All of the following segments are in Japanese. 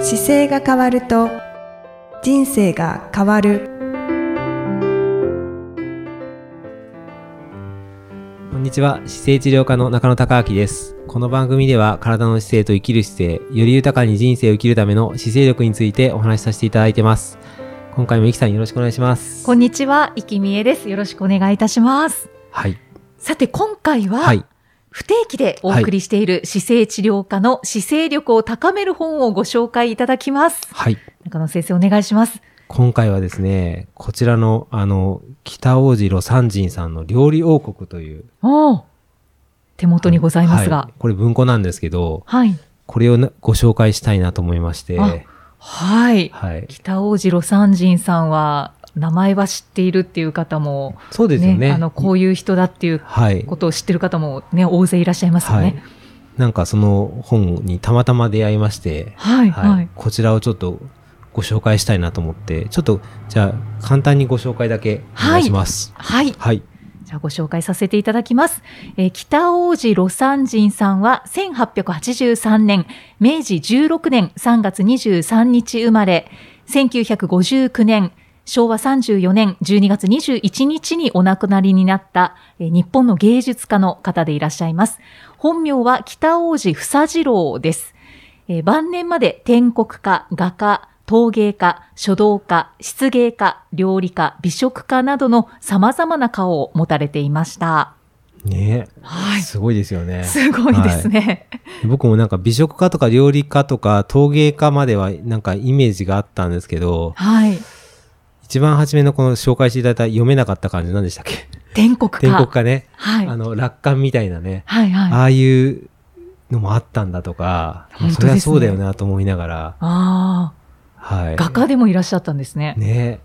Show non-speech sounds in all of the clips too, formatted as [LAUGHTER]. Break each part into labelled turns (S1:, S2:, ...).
S1: 姿勢が変わると人生が変わる
S2: こんにちは姿勢治療科の中野孝明ですこの番組では体の姿勢と生きる姿勢より豊かに人生を生きるための姿勢力についてお話しさせていただいてます今回もゆきさんよろしくお願いします
S3: こんにちは、生きみえです。よろしくお願いいたします。
S2: はい
S3: さて、今回は、
S2: はい
S3: 不定期でお送りしている姿勢治療科の姿勢力を高める本をご紹介いただきます。
S2: はい
S3: 中野先生、お願いします。
S2: 今回はですねこちらのあの北王子魯山人さんの料理王国という
S3: おお、手元にございます
S2: は
S3: が。
S2: いこれ文庫なんですけど
S3: はい。
S2: これをなご紹介したいなと思いまして
S3: あはい。
S2: はい
S3: 北王子魯山人さんは、名前は知っているっていう方も、
S2: そうですよね
S3: あの、こういう人だっていう
S2: はい
S3: ことを知ってる方もね、大勢いらっしゃいますよ
S2: はい
S3: ね。、
S2: なんかその本にたまたま出会いまして、
S3: はい。
S2: はい
S3: はい。
S2: こちらをちょっとご紹介したいなと思ってちょっとじゃあ簡単にご紹介だけお願いします。
S3: はい。
S2: はい、
S3: じゃあご紹介させていただきます。えー北王子魯山人さんは1883年、明治16年3月23日生まれ、1959年、昭和34年12月21日にお亡くなりになった、えー日本の芸術家の方でいらっしゃいます。本名は北王子房次郎です。えー晩年まで天国家、画家、陶芸家、書道家、漆芸家、料理家、美食家などの様々な顔を持たれていました。
S2: ね
S3: は
S2: すごいですよね。
S3: すごいですね。
S2: 僕もなんか美食家とか料理家とか陶芸家まではなんかイメージがあったんですけど、
S3: はい。
S2: 一番初めのこの紹介していただいた読めなかった感じ何でしたっけ
S3: 天国家。
S2: 天国家ね、
S3: はい。
S2: あの楽観みたいなね、
S3: はいはい。
S2: ああいうのもあったんだとか、
S3: 本当です
S2: そ
S3: ね
S2: れはそうだよなと思いながら、
S3: あ
S2: はい
S3: あ、。画家でもいらっしゃったんですね。
S2: ね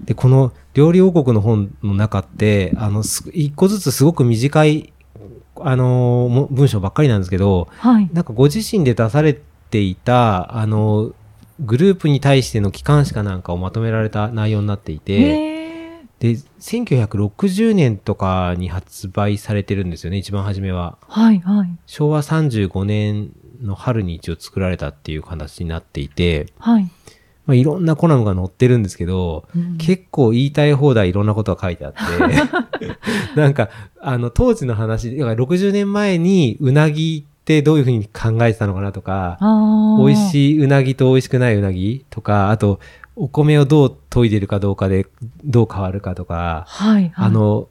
S2: で、この料理王国の本の中って、あの、す一個ずつすごく短い、あのーも文章ばっかりなんですけど、
S3: はい。
S2: なんかご自身で出されていた、あのグループに対しての機関誌かなんかをまとめられた内容になっていて、
S3: へえ。
S2: で、1960年とかに発売されてるんですよね、一番初めは。
S3: はいはい。
S2: 昭和35年の春に一応作られたっていう形になっていて、
S3: はい。
S2: まあ、いろんなコラムが載ってるんですけど、
S3: うん
S2: 結構言いたい放題いろんなことが書いてあ
S3: [LAUGHS]
S2: って、なんか、あの、当時の話、だから60年前にうなぎってどういうふうに考えてたのかなとか、
S3: あ
S2: 美味
S3: い。
S2: しいうなぎと美味しくないうなぎとか、あと、お米をどう研いでるかどうかで、どう変わるかとか、
S3: はい。
S2: あ、の、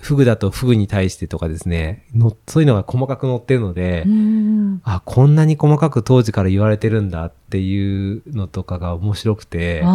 S2: フグだとフグに対してとかですね、のそういうのが細かく載ってるので
S3: う、ん。
S2: あ、こんなに細かく当時から言われてるんだっていうのとかが面白くて、は
S3: あ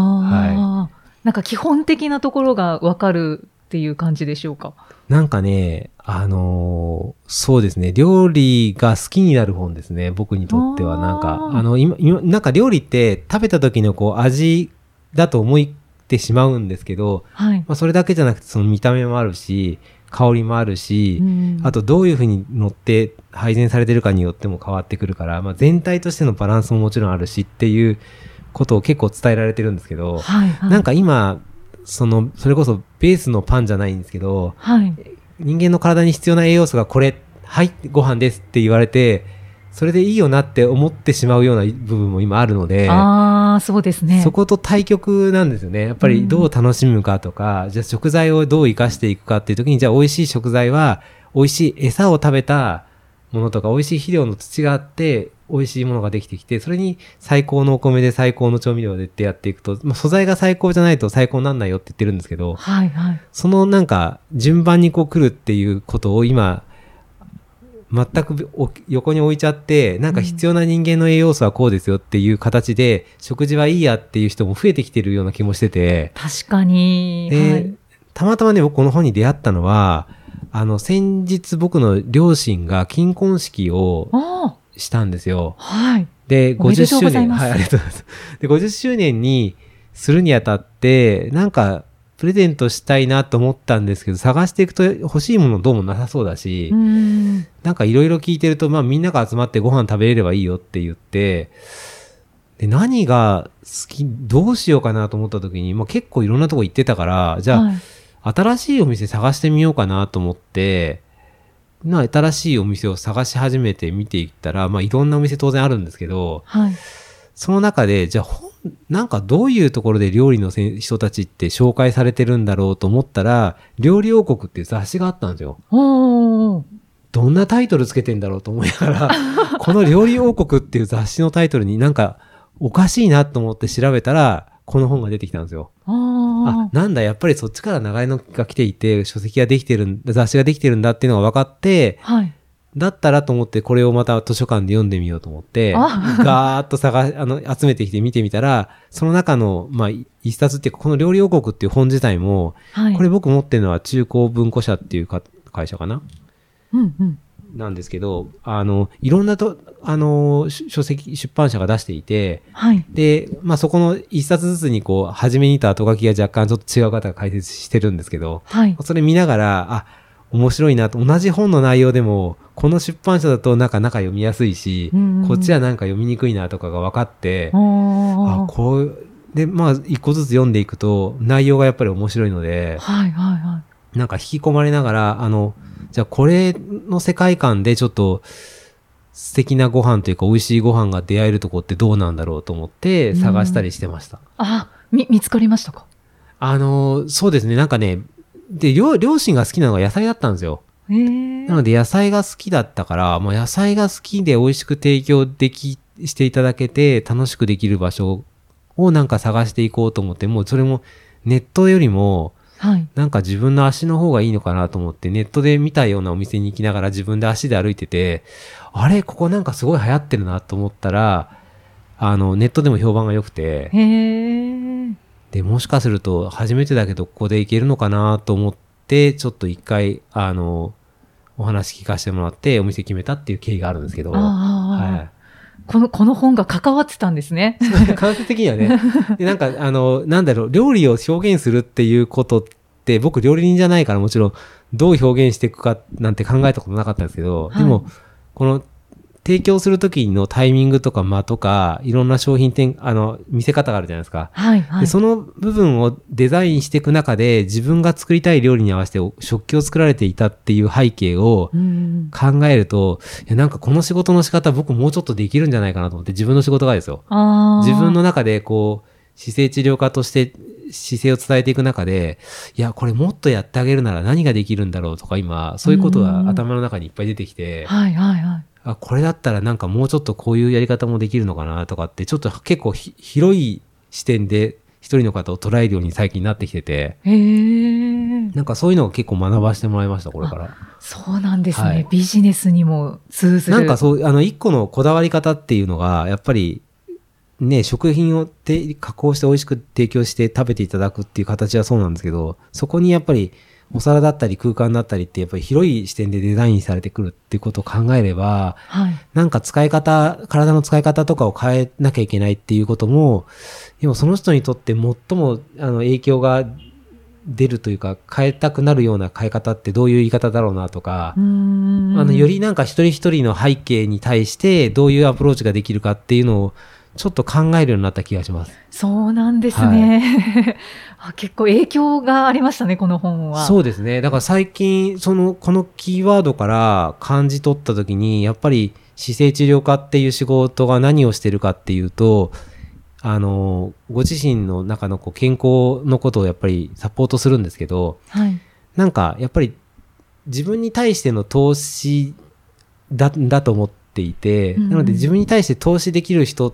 S3: あ、なんか基本的なところがわかるっていう感じでしょうか。
S2: い。なんかね、あのーそうですね、料理が好きになる本ですね、僕にとっては。
S3: あー
S2: なんか、あの、今、今なんか料理って食べた時のこう味だと思ってしまうんですけど、
S3: はい。
S2: まあ、それだけじゃなくてその見た目もあるし、香りもあるし、
S3: うん
S2: あとどういうふうに乗って配膳されてるかによっても変わってくるから、まあ、全体としてのバランスももちろんあるしっていうことを結構伝えられてるんですけど、
S3: はいはい。
S2: なんか今、その、それこそベースのパンじゃないんですけど、
S3: はい。
S2: 人間の体に必要な栄養素がこれ、はい、ご飯ですって言われて、それでいいよなって思ってしまうような部分も今あるので、
S3: ああ、そうですね。
S2: そこと対極なんですよね。やっぱりどう楽しむかとか、じゃあ食材をどう生かしていくかっていう時に、じゃあ美味しい食材は、美味しい餌を食べたものとか、美味しい肥料の土があって、美味しいものができてきて、それに最高のお米で最高の調味料でってやっていくと、まあ、素材が最高じゃないと最高になんないよって言ってるんですけど、
S3: はいはい。
S2: そのなんか順番にこう来るっていうことを今、全くお横に置いちゃって、なんか必要な人間の栄養素はこうですよっていう形で、食事はいいやっていう人も増えてきてるような気もしてて、
S3: 確かに。
S2: で
S3: はい。
S2: たまたまね、僕この本に出会ったのは、あの、先日僕の両親が金婚式を
S3: あ
S2: したんですよ
S3: あ、。はい。
S2: で、
S3: おめで
S2: 50
S3: とう
S2: 周
S3: ござ
S2: 年、
S3: います
S2: はい、ありがとうございます。で、50周年にするにあたって、なんか、プレゼントしたいなと思ったんですけど、探していくと欲しいものどうもなさそうだし、
S3: うん。
S2: なんかいろいろ聞いてると、まあみんなが集まってご飯食べれればいいよって言って、で、何が好き、どうしようかなと思った時に、まあ結構いろんなとこ行ってたから、じゃあ、
S3: はい
S2: 新しいお店探してみようかなと思って、な新しいお店を探し始めて見ていったら、まあいろんなお店当然あるんですけど、
S3: はい。
S2: その中で、じゃあ、ほんなんかどういうところで料理のせ人たちって紹介されてるんだろうと思ったら、料理王国っていう雑誌があったんですよ。
S3: おー
S2: どんなタイトルつけてんだろうと思いながら、この料理王国っていう雑誌のタイトルになんかおかしいなと思って調べたら、この本が出てきたんですよ。あ
S3: あ、ー
S2: なんだ、やっぱりそっちから流れのが来ていて、書籍ができてるん、雑誌ができてるんだっていうのが分かって、
S3: はい。
S2: だったらと思ってこれをまた図書館で読んでみようと思って、
S3: あ
S2: ガーッと探 [LAUGHS] し、あの、集めてきて見てみたら、その中の、まあ、い一冊っていうか、この料理王国っていう本自体も、
S3: はい。
S2: これ、僕持ってるのは中高文庫社っていうか会社かな
S3: うんうん。
S2: なんですけど、あの、いろんなと、あの、し書籍、出版社が出していて、
S3: はい。
S2: で、まあ、そこの一冊ずつにこう、初めにいた後書きが若干ちょっと違う方が解説してるんですけど、
S3: はい。
S2: それ見ながら、あ、面白いなと、同じ本の内容でも、この出版社だとなんか中読みやすいし、
S3: うんうん
S2: こっちはなんか読みにくいなとかが分かって、あ
S3: おー
S2: こう、で、まあ、一個ずつ読んでいくと、内容がやっぱり面白いので、
S3: はいはいは
S2: なんか引き込まれながら、あの、じゃあこれの世界観でちょっと素敵なご飯というか美味しいご飯が出会えるとこってどうなんだろうと思って探したりしてました。
S3: い。あ、み、見つかりましたか
S2: あの、そうですね、なんかね、で、両両親が好きなのが野菜だったんですよ。
S3: ええ
S2: なので野菜が好きだったから、もう野菜が好きで美味しく提供でき、していただけて楽しくできる場所をなんか探していこうと思って、もうそれもネットよりも、
S3: はい。
S2: なんか自分の足の方がいいのかなと思って、ネットで見たようなお店に行きながら自分で足で歩いてて、あれここなんかすごい流行ってるなと思ったら、あの、ネットでも評判が良くて、
S3: へえ。
S2: で、もしかすると初めてだけどここで行けるのかなと思って、ちょっと一回、あの、お話聞かせてもらってお店決めたっていう経緯があるんですけど、
S3: ああ、
S2: は
S3: この、この本が関わってたんです
S2: [LAUGHS]
S3: ね。
S2: い。間接的にはね、でなんか、あの、なんだろう、料理を表現するっていうことって、僕料理人じゃないからもちろん、どう表現していくかなんて考えたことなかったんですけど、
S3: は
S2: で
S3: い
S2: も、この、提供する時のタイミングとか間とか、いろんな商品店、あの、見せ方があるじゃないですか。
S3: はいはい。
S2: でその部分をデザインしていく中で自分が作りたい料理に合わせてお食器を作られていたっていう背景を
S3: うん。
S2: 考えると、いやなんかこの仕事の仕方僕もうちょっとできるんじゃないかなと思って自分の仕事がですよ。
S3: ああ。
S2: 自分の中でこう姿勢治療家として姿勢を伝えていく中で、いやこれもっとやってあげるなら何ができるんだろうとか今そういうこと
S3: うん
S2: が頭の中にいっぱい出てきて、
S3: はいはいはい。
S2: あ、これだったらなんかもうちょっとこういうやり方もできるのかなとかって、ちょっと結構ひ広い視点で一人の方を捉えるように最近なってきてて、
S3: へえ。
S2: なんかそういうのを結構学ばせてもらいました、これから。
S3: そうなんですね。
S2: はい
S3: ビジネスにも通ずる。
S2: なんかそう、あの、一個のこだわり方っていうのが、やっぱり、ね、食品をて加工して美味しく提供して食べていただくっていう形はそうなんですけど、そこにやっぱりお皿だったり空間だったりってやっぱり広い視点でデザインされてくるっていうことを考えれば、
S3: はい。
S2: なんか使い方、体の使い方とかを変えなきゃいけないっていうことも、でもその人にとって最もあの影響が出るというか、変えたくなるような変え方ってどういう言い方だろうなとか、
S3: うーん。
S2: あの、よりなんか一人一人の背景に対してどういうアプローチができるかっていうのをちょっと考えるようになった気がします。
S3: そうなんですね。 [LAUGHS] あ結構影響がありましたね、この本は。
S2: そうですね。だから最近、その、このキーワードから感じ取った時に、やっぱり姿勢治療家っていう仕事が何をしてるかっていうと、あの、ご自身の中のこう健康のことをやっぱりサポートするんですけど、
S3: はい。
S2: なんかやっぱり自分に対しての投資だ、だと思っていて、
S3: うん
S2: なので自分に対して投資できる人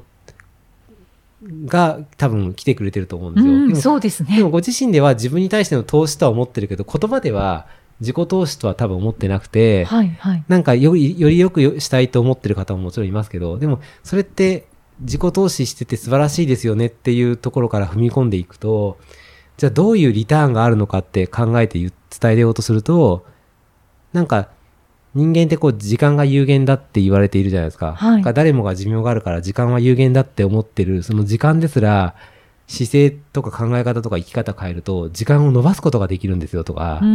S2: が多分来てくれてると思うんで
S3: う
S2: すよ。で
S3: ん、
S2: も
S3: そうです
S2: で
S3: ね
S2: も。ご自身では自分に対しての投資とは思ってるけど、言葉では自己投資とは多分思ってなくて、
S3: はい、はい。
S2: なんかより、よりよくしたいと思ってる方ももちろんいますけど、でもそれって自己投資してて素晴らしいですよねっていうところから踏み込んでいくと、じゃあどういうリターンがあるのかって考えて言う伝えようとすると、なんか人間ってこう時間が有限だって言われているじゃないですか。
S3: はい
S2: だから誰もが寿命があるから時間は有限だって思ってる、その時間ですら、姿勢とか考え方とか生き方変えると、時間を伸ばすことができるんですよとか、
S3: っ
S2: って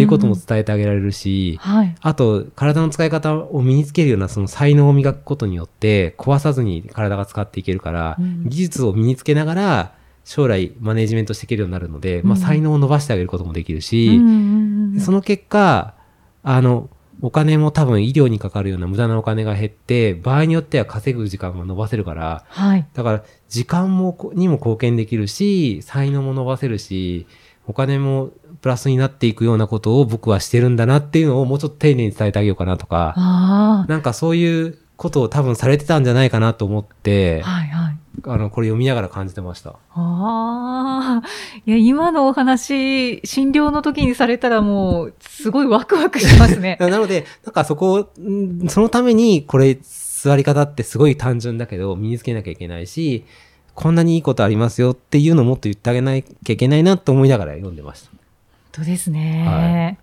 S2: いうことも伝えてあげられるし、
S3: はい。
S2: あと、体の使い方を身につけるようなその才能を磨くことによって、壊さずに体が使っていけるから、
S3: うん
S2: 技術を身につけながら、将来マネジメントしていけるようになるので、まあ
S3: うん
S2: 才能を伸ばしてあげることもできる
S3: う
S2: し、
S3: んうんうん
S2: その結果、あの、お金も多分医療にかかるような無駄なお金が減って、場合によっては稼ぐ時間が伸ばせるから、
S3: はい。
S2: だから時間もこにも貢献できるし、才能も伸ばせるし、お金もプラスになっていくようなことを僕はしてるんだなっていうのをもうちょっと丁寧に伝えてあげようかなとか、
S3: あ
S2: なんかそういうことを多分されてたんじゃないかなと思っ
S3: あ。
S2: て、
S3: はいはい。
S2: あの、これ読みながら感じてました。
S3: ああ。いや、今のお話、診療の時にされたらもう、すごいワクワクしますね。
S2: ななので、なんかそこを、んそのために、これ、座り方ってすごい単純だけど、身につけなきゃいけないし、こんなにいいことありますよっていうのをもっと言ってあげなきゃいけないなと思いながら読んでました。
S3: 本当ですね。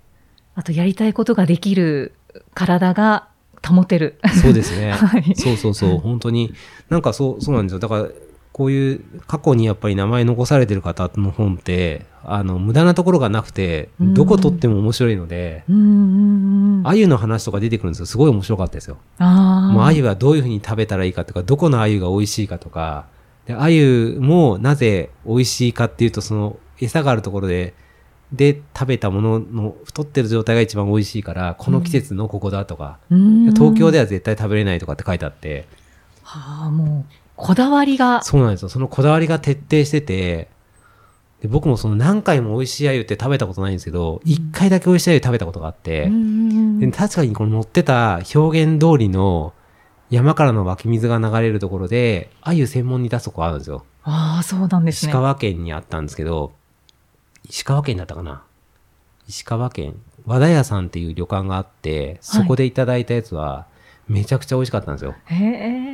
S3: あと、やりたいことができる体が保てる。
S2: そうですね。
S3: [LAUGHS] はい
S2: そうそうそう、本当に。なんかそう、そうなんですよ。だから、こういう過去にやっぱり名前残されてる方の本って、あの、無駄なところがなくて、
S3: うん
S2: どこ取っても面白いので、
S3: うんうんうん。
S2: 鮎の話とか出てくるんですよ。すごい面白かったですよ。
S3: あー
S2: もう鮎はどういうふうに食べたらいいかとか、どこの鮎が美味しいかとか、で、鮎もなぜ美味しいかっていうと、その餌があるところで、で、食べたものの太ってる状態が一番美味しいから、この季節のここだとか、
S3: うん
S2: 東京では絶対食べれないとかって書いてあって、
S3: はあ、もう、こだわりが。
S2: そうなんですよ。そのこだわりが徹底してて、で僕もその何回も美味しい鮎って食べたことないんですけど、一回だけ美味しい鮎食べたことがあって、で確かにこの乗ってた表現通りの山からの湧き水が流れるところで、鮎専門に出すとこあるんですよ。
S3: ああ、そうなんです
S2: 石
S3: ね。
S2: 川県にあったんですけど、石川県だったかな石川県、和田屋さんっていう旅館があって、そこでいただいたやつは、めちゃくちゃ美味しかったんですよ。
S3: へえ。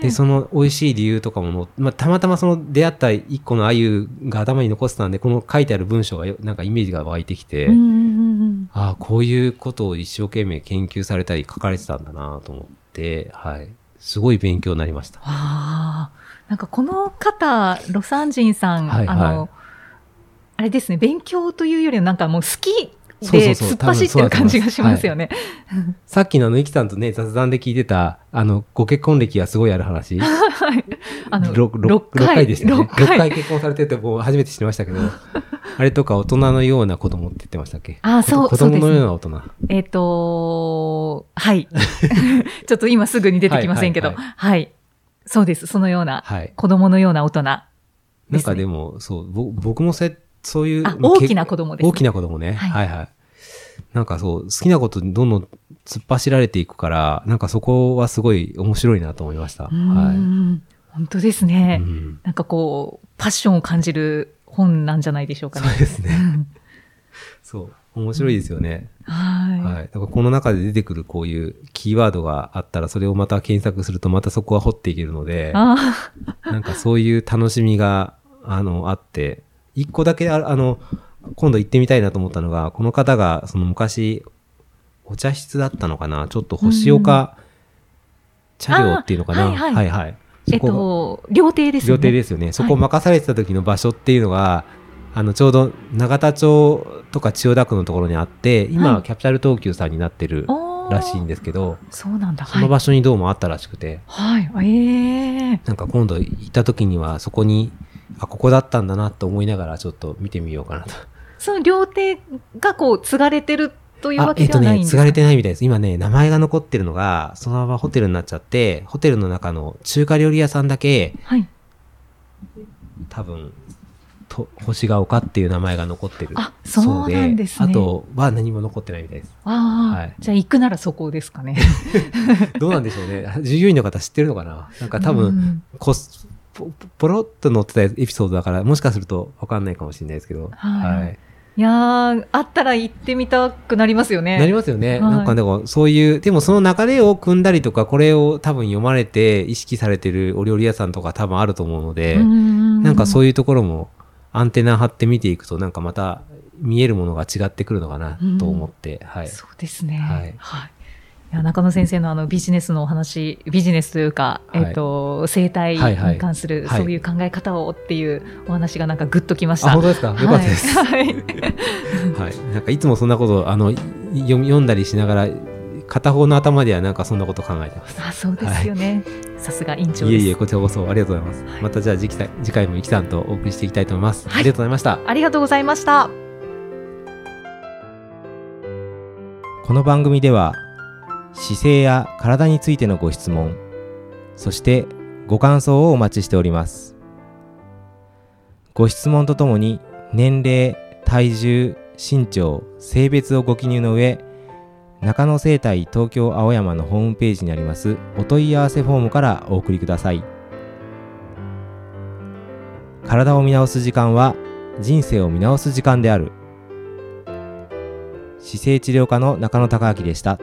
S2: で、その美味しい理由とかもの、まあ、たまたまその出会った一個の鮎が頭に残ってたんで、この書いてある文章がよなんかイメージが湧いてきて、
S3: うんうんうん
S2: ああ、こういうことを一生懸命研究されたり書かれてたんだなと思って、はい。すごい勉強になりました。
S3: ああ、なんかこの方、ロサンジンさん、
S2: はいはい
S3: あの、あれですね、勉強というよりはなんかもう好き
S2: そうそ
S3: で
S2: うそう
S3: 突っ走ってる
S2: 多
S3: 感
S2: 分そ
S3: じ
S2: うだと思います
S3: がしますよね。
S2: さっきのあの、ゆきさんとね、雑談で聞いてた、あの、ご結婚歴がすごいある話。
S3: はい。 [LAUGHS] あの、
S2: ろろ
S3: 六回
S2: 六回でしたね。
S3: 六
S2: 6
S3: 回
S2: 回結婚されてて、もう初めて知りましたけ
S3: [LAUGHS]
S2: ど、あれとか大人のような子供って言ってましたっけ
S3: あーそう
S2: 子
S3: そうで
S2: 供
S3: すね
S2: のような大人。
S3: えっ、とはい。 [LAUGHS] ちょっと今すぐに出てきませんけど、は
S2: はいい
S3: そうです。そのような、
S2: はい。
S3: 子供のような大人。は
S2: なんかでも、そう、ぼ僕もせそういう。
S3: あ
S2: ま
S3: 大
S2: け
S3: きな子供ですね
S2: 大きな子供ね。
S3: は
S2: はいい、はい、なんかそう、好きなことにどんどん突っ走られていくから、なんかそこはすごい面白いなと思いました。は
S3: 本当です
S2: い。
S3: ね。
S2: うん
S3: なんかこう、パッションを感じる本なんじゃないでしょうか
S2: そう
S3: ね。
S2: です
S3: う
S2: ね。
S3: ん
S2: そう。面白いですよね。
S3: はい。
S2: はい。だからこの中で出てくるこういうキーワードがあったら、それをまた検索するとまたそこは掘っていけるので、
S3: あ [LAUGHS]
S2: なんかそういう楽しみが、あの、あって、一個だけあ、あの、今度行ってみたいなと思ったのが、この方が、その昔、お茶室だったのかなちょっと星岡茶寮っていうのかな、
S3: あーはいは
S2: はいい
S3: ーえっ
S2: そこ、
S3: と、料亭ですね。
S2: 料亭ですよね。そこを任されてた時の場所っていうのが、あの、ちょうど永田町とか千代田区のところにあって、今、
S3: はい
S2: キャピタル東急さんになってる
S3: おー
S2: らしいんですけど、
S3: そうなんだ。
S2: その
S3: はい
S2: 場所にどうもあったらしくて、
S3: はい。ええ
S2: なんか今度行った時にはそこに、あ、ここだったんだなと思いながらちょっと見てみようかなと。
S3: その料亭がこう、継がれてるというわ
S2: あ、え
S3: け
S2: っ
S3: では
S2: と
S3: ないん
S2: ね、
S3: です
S2: 継
S3: か、
S2: がれてないみたいです。今ね、名前が残ってるのが、そのままホテルになっちゃって、ホテルの中の中華料理屋さんだけ、
S3: はい。
S2: 多分、と星が丘っていう名前が残ってる
S3: あそうなんです
S2: そうで
S3: ね
S2: あとは何も残ってないみたいです。
S3: ああ、
S2: はい
S3: じゃあ行くならそこですかね。
S2: どうなんでしょうね。 [LAUGHS] 従業員の方知ってるのかななんか多
S3: う
S2: 分、
S3: ん
S2: こすポポロッと載ってたエピソードだから、もしかするとわかんないかもしれないですけど。
S3: はい
S2: はい
S3: いやー、あったら行ってみたくなりますよね。
S2: なりますよね。
S3: はい
S2: なんかでもそういう、でもその流れを組んだりとか、これを多分読まれて意識されてるお料理屋さんとか多分あると思うので、
S3: な
S2: なんかそうういうところもアンテナ張って見ていくと、なんかまた見えるものが違ってくるのかなと思って、はい。
S3: そうですね。は
S2: はいい。
S3: いや中野先生のあのビジネスのお話ビジネスというか、
S2: はい
S3: えっと生態
S2: はいはい
S3: に関する、
S2: はい
S3: そういう考え方をっていうお話がなんかグッときました。
S2: あ、本当ですかよかったです。
S3: はい [LAUGHS]
S2: [LAUGHS] はい。なんかいつもそんなこと、あの、い読み読んだりしながら、片方の頭ではなんかそんなこと考えてます。
S3: あそうですよね。さすが院長
S2: いえ
S3: です
S2: いえ、こちらこそありがとうございます。
S3: はい
S2: またじゃあ次回次回もゆきさんとお送りしていきたいと思います。
S3: は
S2: あ
S3: い
S2: りがとうございました。
S3: ありがとうございました。
S2: この番組では姿勢や体についてのご質問そしてご感想をお待ちしておりますご質問とともに年齢体重身長性別をご記入の上中野生態東京青山のホームページにありますお問い合わせフォームからお送りください体を見直す時間は人生を見直す時間である姿勢治療科の中野孝明でした。